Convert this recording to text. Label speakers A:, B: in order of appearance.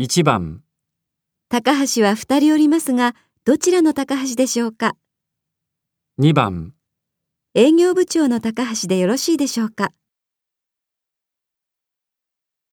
A: 1番、
B: 高橋は二人おりますが、どちらの高橋でしょうか
A: 2番、
B: 営業部長の高橋でよろしいでしょうか